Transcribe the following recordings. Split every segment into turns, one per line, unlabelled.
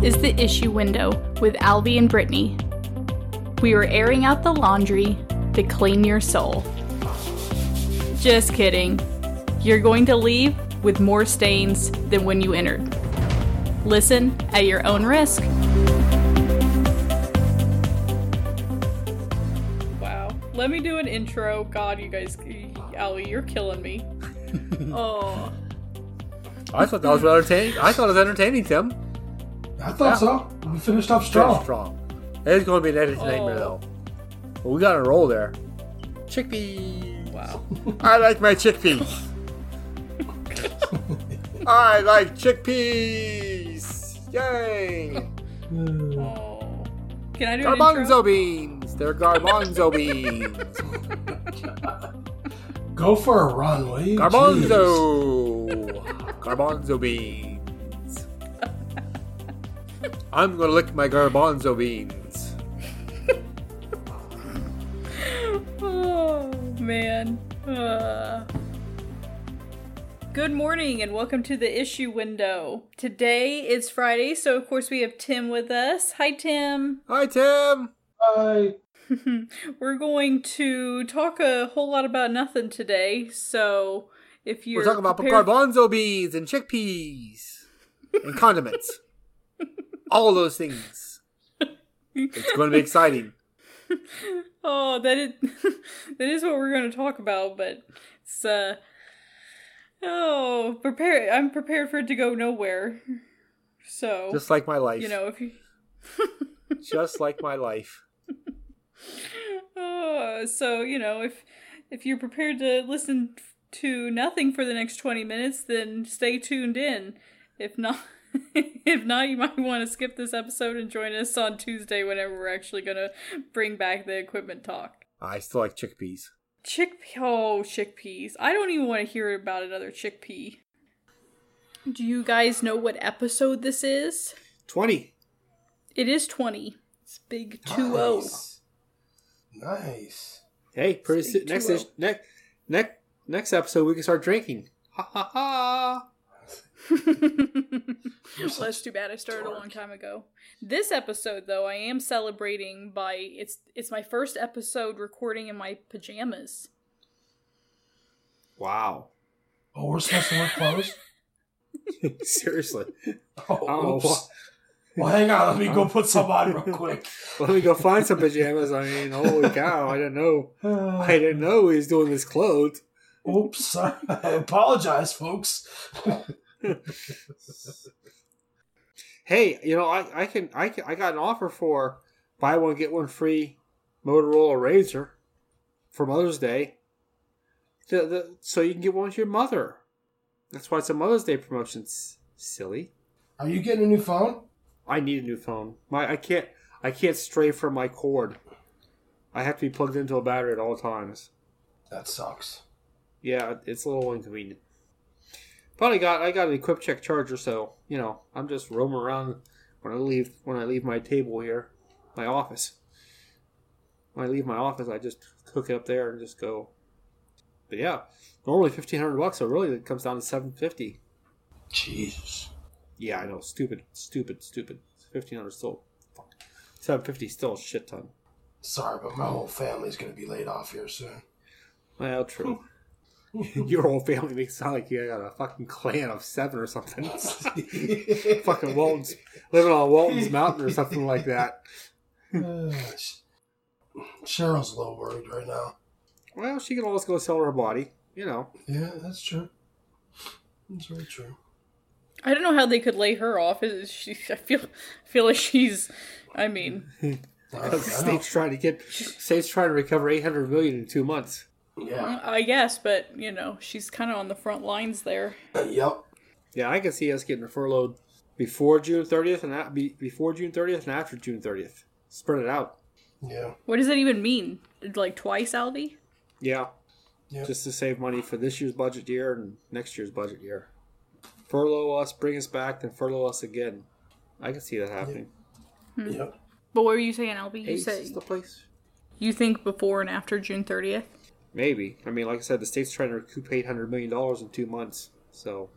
is The Issue Window with Alvy and Brittany. We were airing out the laundry to clean your soul. Just kidding. You're going to leave with more stains than when you entered. Listen at your own risk. Wow. Let me do an intro. God, you guys, Allie, you're killing me. oh.
I thought that was entertaining. I thought it was entertaining, Tim.
I thought so. We finished up strong.
Strong. strong. It is going to be an editing nightmare, though. But we got a roll there. Chickpeas.
Wow.
I like my chickpeas. I like chickpeas. Yay!
Mm.
Oh. Can I do an intro?
Garbanzo beans. They're garbanzo beans.
Go for a run, will you? Jeez.
Garbanzo. garbanzo beans. I'm gonna lick my garbanzo beans.
Oh man. Uh. Good morning and welcome to the issue window. Today is Friday, so of course we have Tim with us. Hi Tim.
Hi, Tim.
Bye.
We're going to talk a whole lot about nothing today. So if you're
We're talking about
prepared-
garbanzo beans and chickpeas and condiments. All those things. It's going to be exciting.
Oh, that is that is what we're going to talk about, but it's uh Oh, prepare I'm prepared for it to go nowhere. So,
Just like my life.
you know, if you
Just like my life.
Oh, so you know if if you're prepared to listen to nothing for the next 20 minutes then stay tuned in if not if not you might want to skip this episode and join us on tuesday whenever we're actually going to bring back the equipment talk
I still like chickpeas.
chickpea oh chickpeas i don't even want to hear about another chickpea do you guys know what episode this is
20.
it is 20 it's big 2-0
Nice. Nice.
Hey, pretty
Big
soon, next,
2-0.
next, next, next episode, we can start drinking. Ha ha ha.
well, that's too bad. I started a long time ago. This episode, though, I am celebrating by it's it's my first episode recording in my pajamas.
Wow.
Oh, we're supposed to wear clothes?
Seriously.
Oh,
Um,
oops. Well, hang on. Let me go put some on real quick.
Let me go find some pajamas. I mean, holy cow. I didn't know. I
Uh,
didn't know he was doing this clothed.
oops. Sorry. I apologize, folks.
hey, you know, I, I can I can, I got an offer for buy one get one free Motorola Razor for Mother's Day. The, the, so you can get one to your mother. That's why it's a Mother's Day promotion. s- Silly.
Are you getting a new phone?
I need a new phone. My I can't I can't stray from my cord. I have to be plugged into a battery at all times.
That sucks.
Yeah, it's a little inconvenient. But I got I got an Equip Check charger, so you know I'm just roaming around when I leave when I leave my table here, my office. When I leave my office, I just hook it up there and just go. But yeah, normally fifteen hundred bucks, so really it comes down to seven fifty.
Jesus.
Yeah, I know, stupid, stupid, stupid. Fifteen hundred still, seven fifty still a shit ton.
Sorry, but my whole family's going to be laid off here soon.
Well, true. Your whole family makes it sound like you got a fucking clan of seven or something. fucking Walton's living on Walton's Mountain or something like that.
Uh, Cheryl's a little worried right now.
Well, she can always go sell her body, you know.
Yeah, that's true. That's very true.
I don't know how they could lay her off. Is she? I feel I feel like she's. I mean,
I,
The
I know.
state's trying to get state's trying to recover eight hundred million in two months.
Yeah.
Uh, I guess, but you know, she's kind of on the front lines there.
Yep.
Yeah, I can see us getting furloughed before June thirtieth and a- be, before June thirtieth and after June thirtieth. Spread it out.
Yeah.
What does that even mean? Like twice, Alvy?
Yeah.
Yep.
Just to save money for this year's budget year and next year's budget year. Furlough us, bring us back, then furlough us again. I can see that happening. Hmm.
Yep.
But what were you saying, Alvy? You
Ace
said
is the place.
you think before and after June thirtieth.
Maybe. I mean, like I said, the state's trying to recoup eight hundred million dollars in two months, so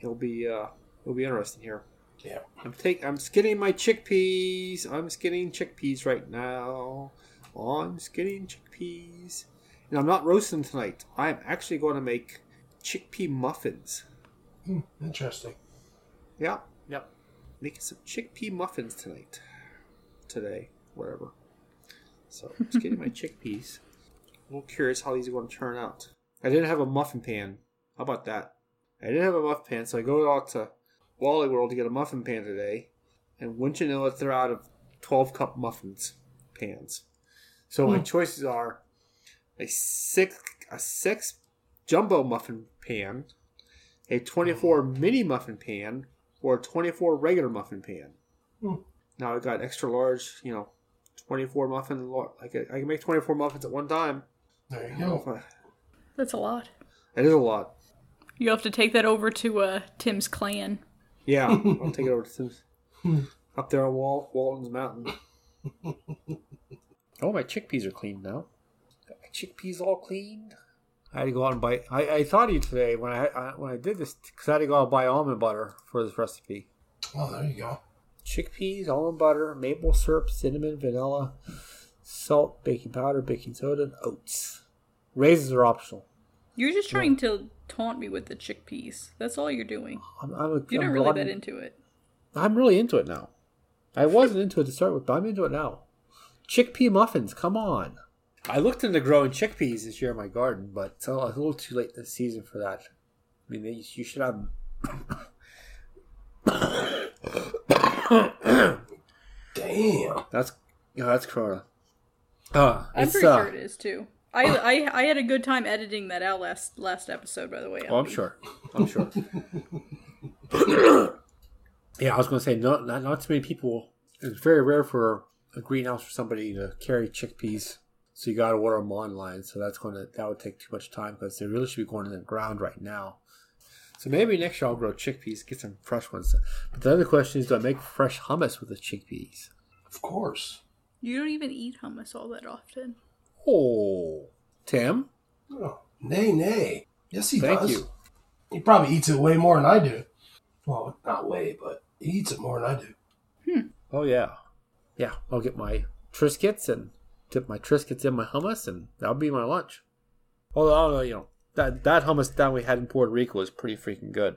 it'll be uh, it'll be interesting here.
Yeah.
I'm take I'm skinning my chickpeas. I'm skinning chickpeas right now. I'm skinning chickpeas. And I'm not roasting tonight. I'm actually going to make chickpea muffins.
Hmm, interesting.
Yeah. Yep. Making some chickpea muffins tonight. Today, whatever. So I'm just getting my chickpeas. I'm a little curious how these are going to turn out. I didn't have a muffin pan. How about that? I didn't have a muffin pan, so I go out to Wally World to get a muffin pan today. And wouldn't you know it, they're out of 12 cup muffins pans. So my choices are a six a six jumbo muffin pan, a 24 mini muffin pan, or a 24 regular muffin pan.
Hmm.
Now I got extra large, you know, 24 muffin. lo- I can, I can make 24 muffins at one time.
There you
I don't
go.
know if
That's a lot.
I- It is a lot.
You have to take that over to uh, Tim's clan.
Yeah, I'll take it over to Tim's. Hmm. Up there on Wal- Walton's Mountain. oh, my chickpeas are clean now. Got my chickpeas all cleaned. I had to go out and buy. I, I thought of you today when I, I when I did this because I had to go out and buy almond butter for this recipe.
Oh, there you go.
chickpeas, almond butter, maple syrup, cinnamon, vanilla, salt, baking powder, baking soda, and oats. Raisins are optional.
You're just trying to taunt me with the chickpeas. That's all you're doing.
I'm, I'm a,
You're
I'm
not really
broaden-
that into it.
I'm really into it now. I wasn't into it to start with, but I'm into it now. Chickpea muffins, come on. I looked into growing chickpeas this year in my garden, but it's a it's a little too late this season for that. I mean, they, you should have.
Damn.
That's yeah, that's Corona. Uh,
I'm
it's,
pretty
uh,
sure it is too. I, I I had a good time editing that out last last episode, by the way.
Oh, I'm sure. I'm sure. yeah, I was going to say not, not not too many people. It's very rare for a greenhouse for somebody to carry chickpeas, so you got to order them online. So that's going to that would take too much time because they really should be going in the ground right now. So maybe next year I'll grow chickpeas, get some fresh ones. But the other question is, do I make fresh hummus with the chickpeas?
Of course.
You don't even eat hummus all that often.
Oh, Tim,
Oh, nay, nay. Yes, he
thank
does.
you.
He probably eats it way more than I do. Well, not way, but he eats it more than I do.
Oh yeah, yeah. I'll get my triscuits and dip my triscuits in my hummus, and that'll be my lunch. Although I don't know, you know that that hummus that we had in Puerto Rico was pretty freaking good.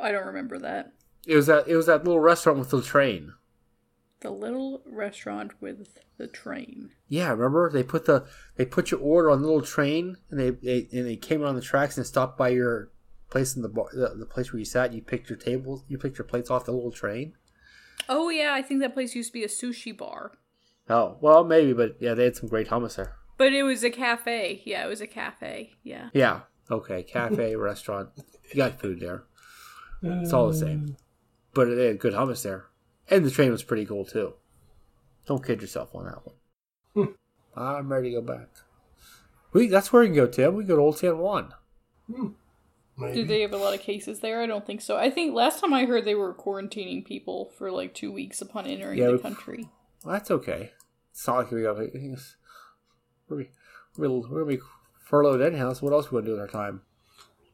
I don't remember that.
It was that it was that little restaurant with the train.
The little restaurant with the train.
Yeah, remember they put the they put your order on the little train, and they, they and they came around the tracks and stopped by your place in the bar, the, the place where you sat. And you picked your tables, you picked your plates off the little train.
Oh yeah, I think that place used to be a sushi bar,
Oh well, maybe, but yeah, they had some great hummus there.
but it was a cafe. Yeah, it was a cafe. Yeah.
Yeah. Okay. Cafe, restaurant. You got food there. It's all the same. But they had good hummus there. And the train was pretty cool, too. Don't kid yourself on that one. I'm ready to go back. We That's where we can go, Tim. We can go to Old San Juan.
Maybe.
Do they have a lot of cases there? I don't think so. I think last time I heard they were quarantining people for like two weeks upon entering
Yeah,
the
we-
country.
Well, that's okay. It's not like we got We're going to be furloughed anyhow, so what else we going to do with our time?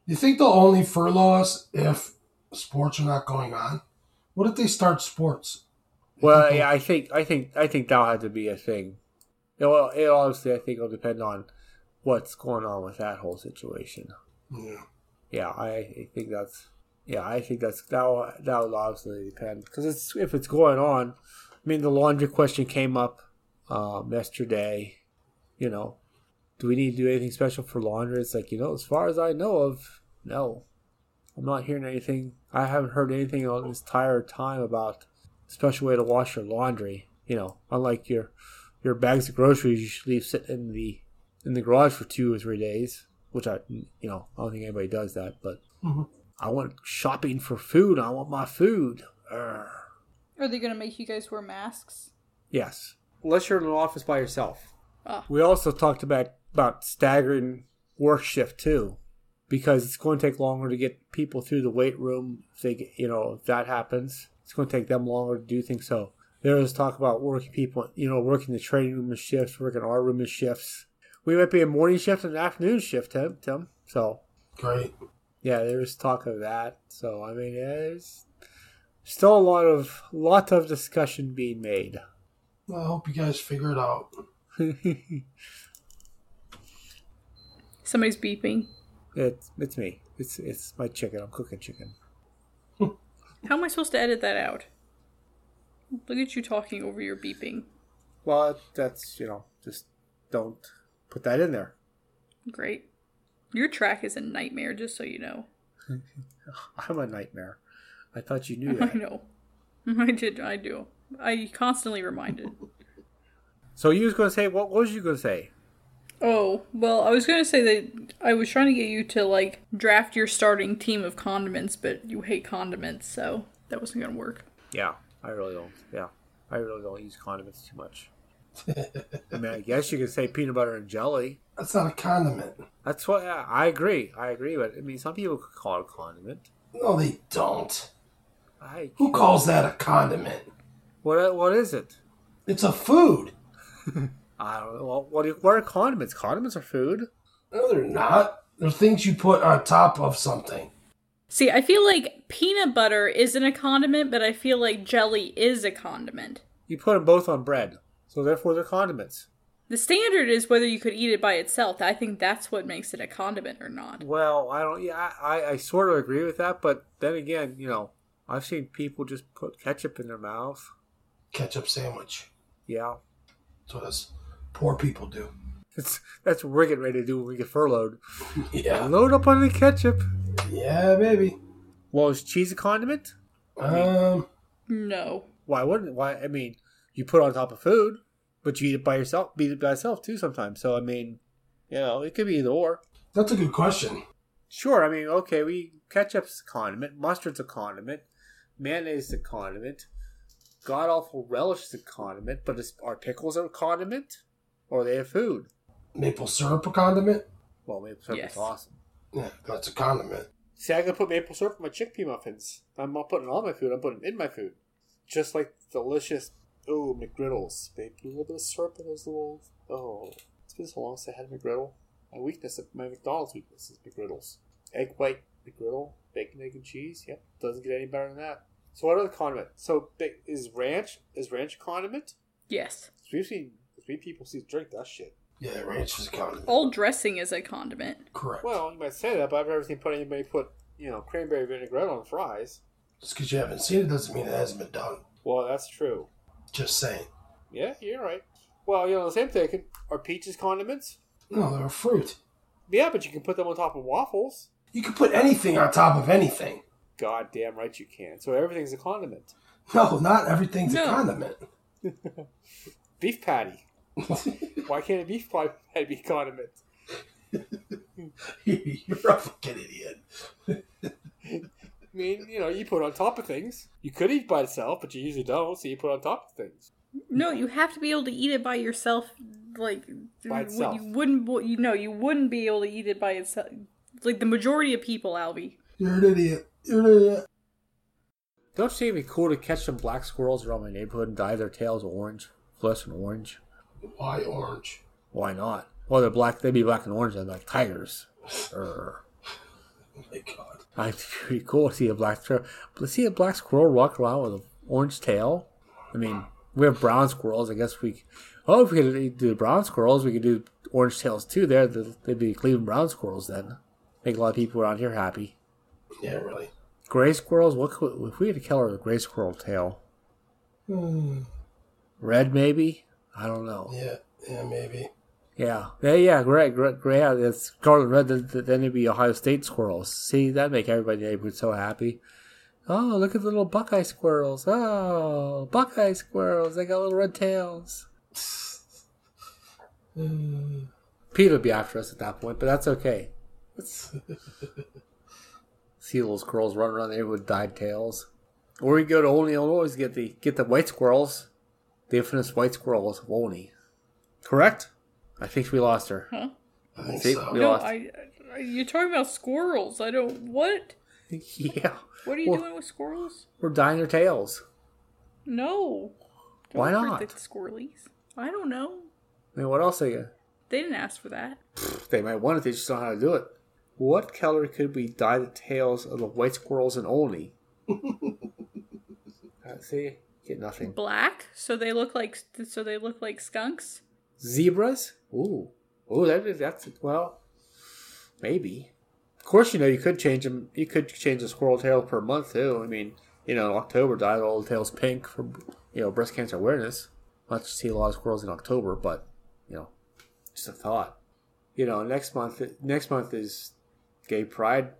You think they'll only furlough us if sports are not going on? What if they start sports?
Well, yeah, I think I think I think that'll have to be a thing. It will, it obviously I think will depend on what's going on with that whole situation.
Yeah.
Yeah, I, I think that's yeah, I think that's that will, that will obviously depend because it's if it's going on. I mean, the laundry question came up um, yesterday. You know, do we need to do anything special for laundry? It's like you know, as far as I know of, no. I'm not hearing anything. I haven't heard anything all this entire time about special way to wash your laundry. You know, unlike your your bags of groceries, you should leave sit in the in the garage for two or three days. Which I, you know, I don't think anybody does that. But
Mhm.
I went shopping for food. I want my food. Urgh.
Are they going to make you guys wear masks?
Yes, unless you're in an office by yourself.
Ah.
We also talked about about staggering work shift too, because it's going to take longer to get people through the weight room. If they, get, you know, if that happens, it's going to take them longer to do things. So there was talk about working people, you know, working the training room as shifts, working our room as shifts. We might be a morning shift and an afternoon shift, Tim. Tim. So
Great.
yeah, there was talk of that. So I mean, yeah, there's still a lot of lot of discussion being made.
I hope you guys figure it out.
Somebody's beeping.
it's it's me. It's it's my chicken. I'm cooking chicken.
How am I supposed to edit that out? Look at you talking over your beeping.
Well, that's you know just don't put that in there.
Great. Your track is a nightmare, just so you know.
I'm a nightmare. I thought you knew that.
I know. I did. I do. I constantly reminded.
So you was gonna say what was you gonna say?
Oh, well, I was going to say that I was trying to get you to, like, draft your starting team of condiments, but you hate condiments, so that wasn't going to work.
Yeah, I really don't. Yeah, I really don't use condiments too much. I mean, I guess you could say peanut butter and jelly.
That's not a condiment.
That's what yeah, I agree. I agree, but I mean, some people could call it a condiment.
No, they don't.
I
Who calls that a condiment?
what what is it?
It's a food.
I don't know. Well, What do- what are condiments? Condiments are food.
No, they're not. They're things you put on top of something.
See, I feel like peanut butter isn't a condiment, but I feel like jelly is a condiment.
You put them both on bread, so therefore they're condiments.
The standard is whether you could eat it by itself. I think that's what makes it a condiment or not.
Well, I don't. Yeah, I, I sort of agree with that, but then again, you know, I've seen people just put ketchup in their mouth.
Ketchup sandwich.
Yeah,
That's what us poor people do.
that's that's what we're getting ready to do when we get furloughed.
Yeah.
Load up on the ketchup.
Yeah, maybe.
Well, is cheese a condiment?
Um,
No.
Why wouldn't? Why? I mean, you put it on top of food, but you eat it by yourself. Eat it by itself too sometimes. So I mean, you know, it could be either or.
that's a good question.
Sure, I mean, okay, we ketchup's a condiment, mustard's a condiment, mayonnaise is a condiment, god awful relish is a condiment, but is, are pickles a condiment? Or are they a food?
Maple syrup a condiment?
Well, maple syrup's
Yes.
awesome.
Yeah, that's a condiment.
See, I can put maple syrup in my chickpea muffins. I'm not putting it on my food. I'm putting it in my food, just like delicious. Oh, McGriddles. They put a little bit of syrup in those little. Oh, it's been so long since I had a McGriddle. My weakness, my McDonald's weakness, is McGriddles. Egg white McGriddle, bacon, egg, and cheese. Yep, doesn't get any better than that. So what other condiment? So ba- is ranch? Is ranch a condiment?
Yes.
'Cause We've seen three people see drink that shit.
Yeah, ranch is a condiment.
All dressing is a condiment.
Correct.
Well, you might say that, but I've never seen put anybody put you know cranberry vinaigrette on fries.
Just because you haven't seen it doesn't mean it hasn't been done.
Well, that's true.
Just saying.
Yeah, you're right. Well, you know, the same taken are peaches condiments.
No, they're a fruit.
Yeah, but you can put them on top of waffles.
You could put anything on top of anything.
God damn right you can. So everything's a condiment.
No, not everything's
No.
a condiment.
Beef patty. Why can't a beef pie- patty be a condiment?
You're a fucking idiot.
I mean, you know, you put it on top of things. You could eat by itself, but you usually don't, so you put it on top of things.
No, you have to be able to eat it by yourself. Like
By
you-
itself.
you wouldn't. You know, you wouldn't be able to eat it by itself. Like the majority of people, Alby.
You're an idiot. You're an idiot.
Don't you think it'd be cool to catch some black squirrels around my neighborhood and dye their tails orange, fluorescent orange?
Why orange?
Why not? Well, they're black, they'd be black and orange, they're like tigers. Err.
Oh my god.
I'd be pretty cool to see a black squirrel. But see a black squirrel walk around with an orange tail. I mean, we have brown squirrels. I guess we. Oh, if we could do brown squirrels, we could do orange tails too. There, they'd be Cleveland brown squirrels then. Make a lot of people around here happy.
Yeah, really.
Gray squirrels. What could, if we had a color of gray squirrel tail?
Hmm.
Red maybe. I don't know.
Yeah, yeah, maybe.
Yeah, yeah, yeah. Gray, gray, gray. yeah, It's scarlet and red. Then, then it'd be Ohio State squirrels. See, that make everybody in the neighborhood so happy. Oh, look at the little Buckeye squirrels. Oh, Buckeye squirrels. They got little red tails.
Hmm.
Pete would be after us at that point, but that's okay. See little squirrels running around there with dyed tails. Or we go to Olney, Illinois, to get the get the white squirrels, the infamous white squirrels of Olney. Correct? I think we lost her.
Huh?
I think
See,
so.
we
No,
lost.
I, I. You're talking about squirrels. I don't. What?
yeah,
What are you
Well-
doing with squirrels?
we're dyeing their tails.
No. Don't
Why
hurt
not?
The squirrelies. I don't know.
I mean, what else they
They didn't ask for that.
they might want it? They just don't know how to do it. What color could we dye the tails of the white squirrels in Olney? Uh, see, get nothing.
Black, so they look like so they look like skunks.
Zebras? Ooh, ooh, that is that's well, maybe. Of course, you know you could change them. You could change the squirrel tail per month too. I mean, you know, October dyed all the tails pink for you know breast cancer awareness. Not to see a lot of squirrels in October, but you know, just a thought. You know, next month next month is Gay Pride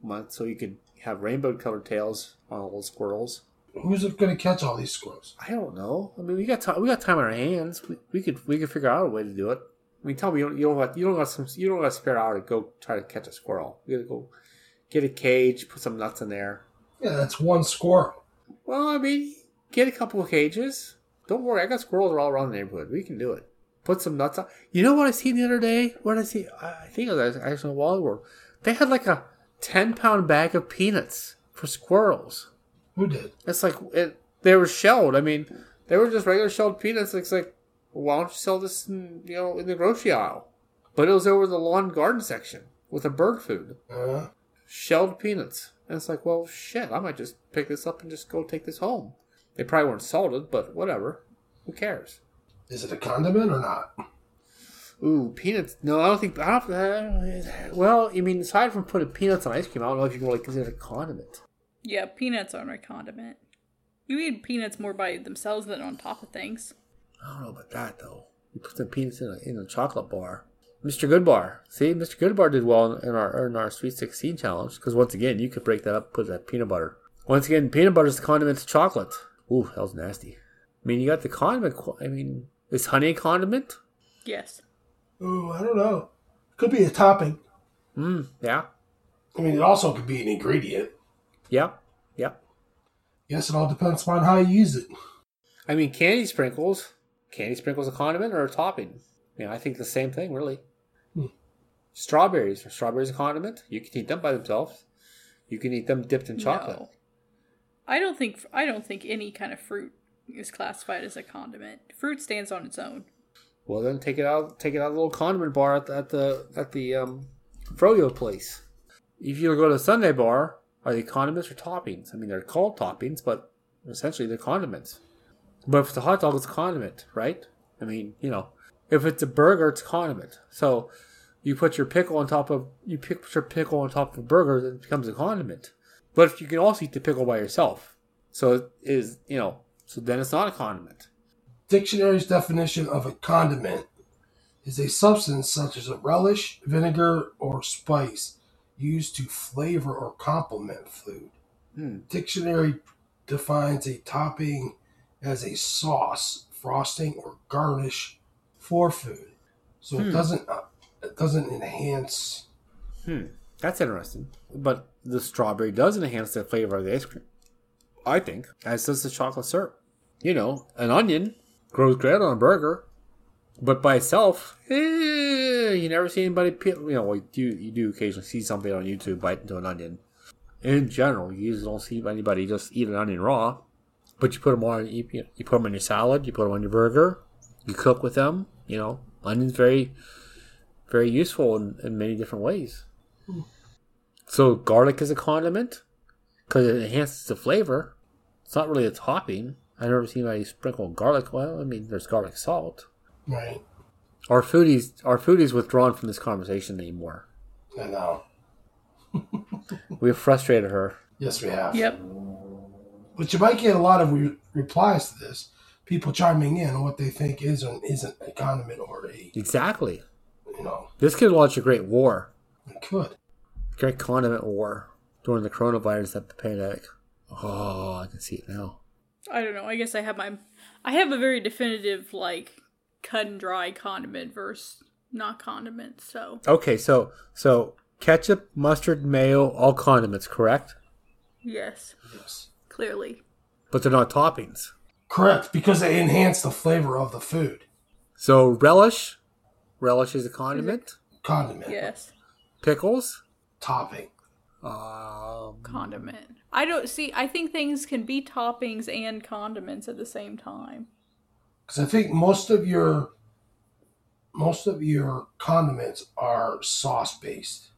month, so you could have rainbow colored tails on all the squirrels.
Who's going to catch all these squirrels?
I don't know. I mean, we got time. We got time on our hands. We, we could we could figure out a way to do it. I mean, tell me you don't you don't got you don't got some you don't got a spare hour to go try to catch a squirrel. You gotta go get a cage, put some nuts in there.
Yeah, that's one squirrel.
Well, I mean, get a couple of cages. Don't worry, I got squirrels all around the neighborhood. We can do it. Put some nuts on. You know what I seen the other day? What did I see? I think it was actually in Wild World. They had like a ten pound bag of peanuts for squirrels.
Who did?
It's like it, they were shelled. I mean, they were just regular shelled peanuts. It's like, why don't you sell this, in, you know, in the grocery aisle? But it was over the lawn and garden section with the bird food,
Uh,
shelled peanuts. And it's like, well, shit, I might just pick this up and just go take this home. They probably weren't salted, but whatever. Who cares?
is it a condiment or not?
Ooh, peanuts. No, I don't think. I don't, uh, well, I mean, aside from putting peanuts on ice cream, I don't know if you can really consider it a condiment.
Yeah, peanuts aren't a condiment. You eat peanuts more by themselves than on top of things.
I don't know about that though. You put some peanuts in a, in a chocolate bar. Mr. Goodbar, see, Mr. Goodbar did well in, in our in our Sweet Sixteen challenge because once again you could break that up, put that peanut butter. Once again, peanut butter is the condiment to chocolate. Ooh, that was nasty. I mean, you got the condiment. qu- I mean, is honey a condiment?
Yes.
Ooh, I don't know. Could be a topping.
Mm, yeah,
I mean, it also could be an ingredient.
yeah, yeah.
Yes, it all depends upon how you use it.
I mean, candy sprinkles. Candy sprinkles a condiment or a topping? Yeah, I think the same thing, really.
Hmm.
Strawberries. Are strawberries a condiment? You can eat them by themselves. You can eat them dipped in chocolate.
No. I don't think I don't think any kind of fruit is classified as a condiment. Fruit stands on its own.
Well, then take it out. Take it out of the little condiment bar at the at the, at the um, froyo place. If you go to a Sunday bar, are they condiments or toppings? I mean, they're called toppings, but essentially they're condiments. But if it's a hot dog, it's a condiment, right? I mean, you know, if it's a burger, it's a condiment. So you put your pickle on top of you pick put your pickle on top of a burger, then it becomes a condiment. But if you can also eat the pickle by yourself, so it is you know, so then it's not a condiment.
Dictionary's definition of a condiment is a substance such as a relish, vinegar, or spice used to flavor or complement food.
Hmm.
Dictionary defines a topping as a sauce, frosting, or garnish for food. So it doesn't uh, it doesn't enhance.
Hmm, that's interesting. But the strawberry does enhance the flavor of the ice cream. I think, as does the chocolate syrup. You know, an onion grows great on a burger, but by itself, eh, you never see anybody peel. You know, like you you do occasionally see somebody on YouTube bite into an onion. In general, you just don't see anybody just eat an onion raw. But you put them on you, you put them in your salad, you put them on your burger, you cook with them. You know, onions very very useful in, in many different ways. So garlic is a condiment because it enhances the flavor. It's not really a topping. I've never seen anybody sprinkle garlic. Well, I mean, there's garlic salt.
Right.
Our foodies, our foodies, withdrawn from this conversation anymore.
I know.
We have frustrated her.
Yes, we have.
Yep.
But you might get a lot of re- replies to this. People chiming in on what they think is and isn't a condiment or a
Exactly.
you know
This could launch a great war,
it could.
great condiment war during the coronavirus ep- pandemic. Oh, I can see it now.
I don't know. I guess I have my I have a very definitive like cut and dry condiment versus not condiment. So
Okay, so so ketchup, mustard, mayo, all condiments, correct?
yes,
Yes.
clearly.
But they're not toppings.
Correct, because they enhance the flavor of the food.
So relish, relish is a condiment.
Condiment.
Yes.
Pickles,
Topping.
um,
Condiment. I don't see I think things can be toppings and condiments at the same time.
Because I think most of your most of your condiments are sauce based.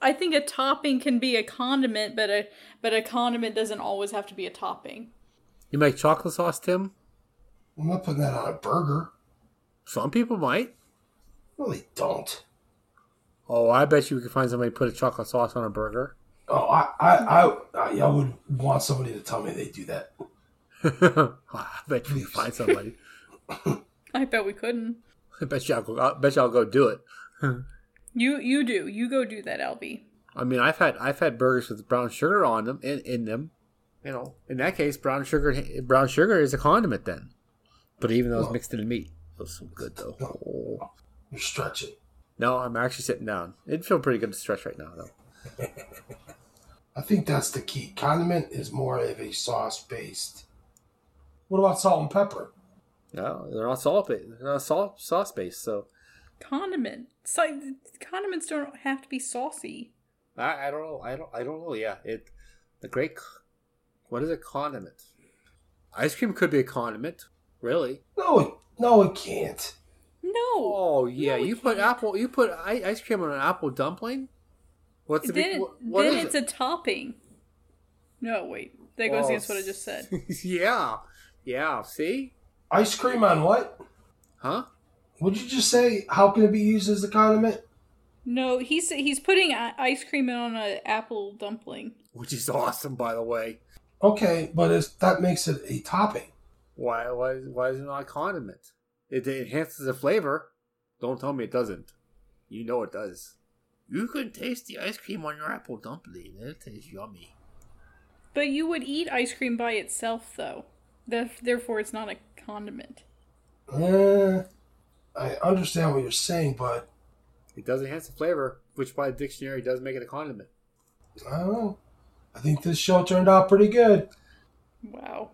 I think a topping can be a condiment, but a but a condiment doesn't always have to be a topping.
You make chocolate sauce, Tim?
I'm not putting that on a burger.
Some people might.
No, they don't.
Oh, I bet you we could find somebody to put a chocolate sauce on a burger.
Oh, I, I, I, I would want somebody to tell me they do that.
I bet you we could find somebody.
I bet we couldn't.
I bet you I'll go, I bet you I'll go do it.
You you do. You go do that, LB.
I mean, I've had I've had burgers with brown sugar on them in, in them. You know, in that case, brown sugar brown sugar is a condiment then. But even though it's
Well-
mixed in meat, it was so good though. Oh.
You're stretching.
No, I'm actually sitting down. It'd feel pretty good to stretch right now though.
I think that's the key. Condiment is more of a sauce based. What about salt and pepper?
No, they're not salt based. They're not salt sauce based. So
Condiment. So, condiments don't have to be saucy.
I, I don't know. I don't. I don't know. Yeah, it. The great. c- What is a condiment? Ice cream could be a condiment. Really?
No, it, no, it can't.
No.
Oh yeah,
No, it
you put
can't.
apple. You put i- ice cream on an apple dumpling. What's the big?
then
wh- what
then
is
it's
it?
a topping. No, wait. That goes
Oh,
against what I just said.
yeah, yeah. See,
Ice cream on what?
huh?
Would you just say how can it be used as a condiment?
No, he's he's putting i- ice cream on an apple dumpling.
Which is awesome, by the way.
Okay, but it's, that makes it a topping.
Why? Why? Why is it not a condiment? It, it enhances the flavor. Don't tell me it doesn't. You know it does. You can taste the ice cream on your apple dumpling. It tastes yummy.
But you would eat ice cream by itself, though. Theref- Therefore, it's not a condiment.
Eh, I understand what you're saying, but
It does enhance the flavor, which by the dictionary does make it a condiment.
I don't know. I think this show turned out pretty good.
Wow.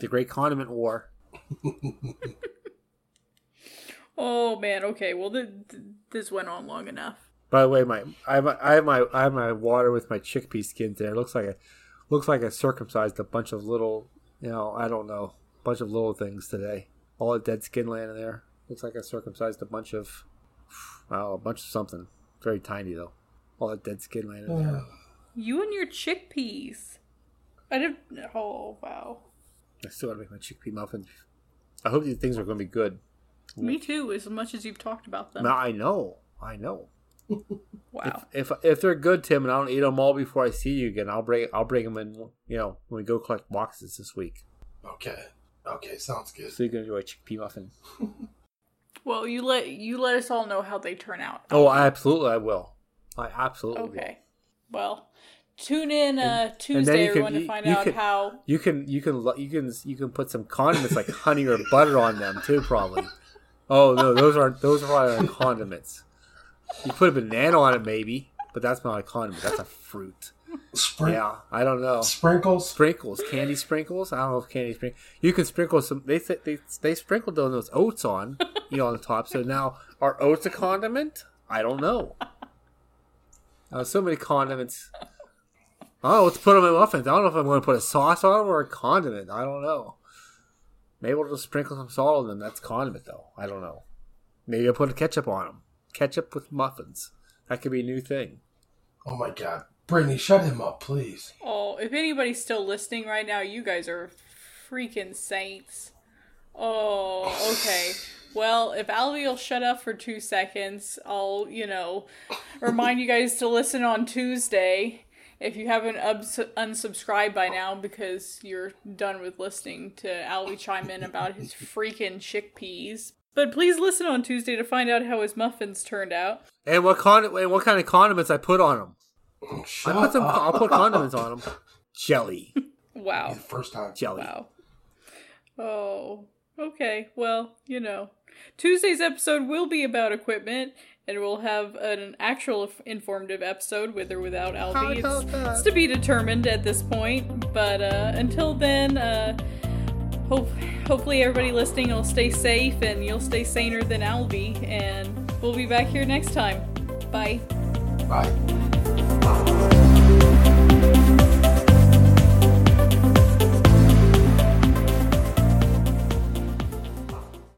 The Great Condiment War.
Oh man. Okay. Well, th- th- this went on long enough.
By the way, my I have my, I have my I have my water with my chickpea skins there. It looks like a looks like I circumcised a bunch of little you know I don't know bunch of little things today. All the dead skin laying in there. Looks like I circumcised a bunch of wow a bunch of something. Very tiny though. All that dead skin laying in there.
Ugh.
You and your chickpeas. I don't. Oh wow.
I still gotta make my chickpea muffin. I hope these things are gonna be good.
Me too. As much as you've talked about them.
Now I know, I know.
wow.
If if they're good, Tim, and I don't eat them all before I see you again, I'll bring I'll bring them in. You know when we go collect boxes this week.
Okay, okay, sounds good.
So you can enjoy chickpea muffin.
Well, you let you let us all know how they turn out.
Oh, I absolutely, I will. I absolutely
Okay. Well, tune in uh,
will. And then
Tuesday,
you can-
everyone, to
you-
find
you
out
can-
how.
you can you can lo- you can you can put some condiments like honey or butter on them too, probably. Oh no, those aren't those are probably like condiments. You put a banana on it maybe, but that's not a condiment. That's a fruit.
Sprin-
Yeah, I don't know.
Sprinkles.
Sprinkles, candy sprinkles. I don't know if candy sprinkles. You can sprinkle some. They said they they sprinkled those oats on, you know, on the top. So now are oats a condiment? I don't know. Uh, so many condiments. Oh, let's put them in muffins. I don't know if I'm going to put a sauce on them or a condiment. I don't know. Maybe we'll just sprinkle some salt on them. That's condiment though. I don't know. Maybe I'll put a ketchup on them. Ketchup with muffins. That could be a new thing.
Oh my God, Brittany, shut him up, please.
Oh, if anybody's still listening right now, you guys are freaking saints. Oh, okay. Well, if Alvi will shut up for two seconds, I'll, you know, remind you guys to listen on Tuesday if you haven't ups- unsubscribed by now because you're done with listening to Alvi chime in about his freaking chickpeas. But please listen on Tuesday to find out how his muffins turned out.
And what condi- and what kind of condiments I put on them. I
Shut
put some.
up.
I'll put condiments on them. Jelly,
Wow.
The first time.
jelly.
Wow. Oh. Okay. Well, you know, Tuesday's episode will be about equipment, and we'll have an actual informative episode with or without Albie. It's, it's to be determined at this point. But uh, until then, uh, hope hopefully everybody listening will stay safe, and you'll stay saner than Albie. And we'll be back here next time. Bye.
Bye.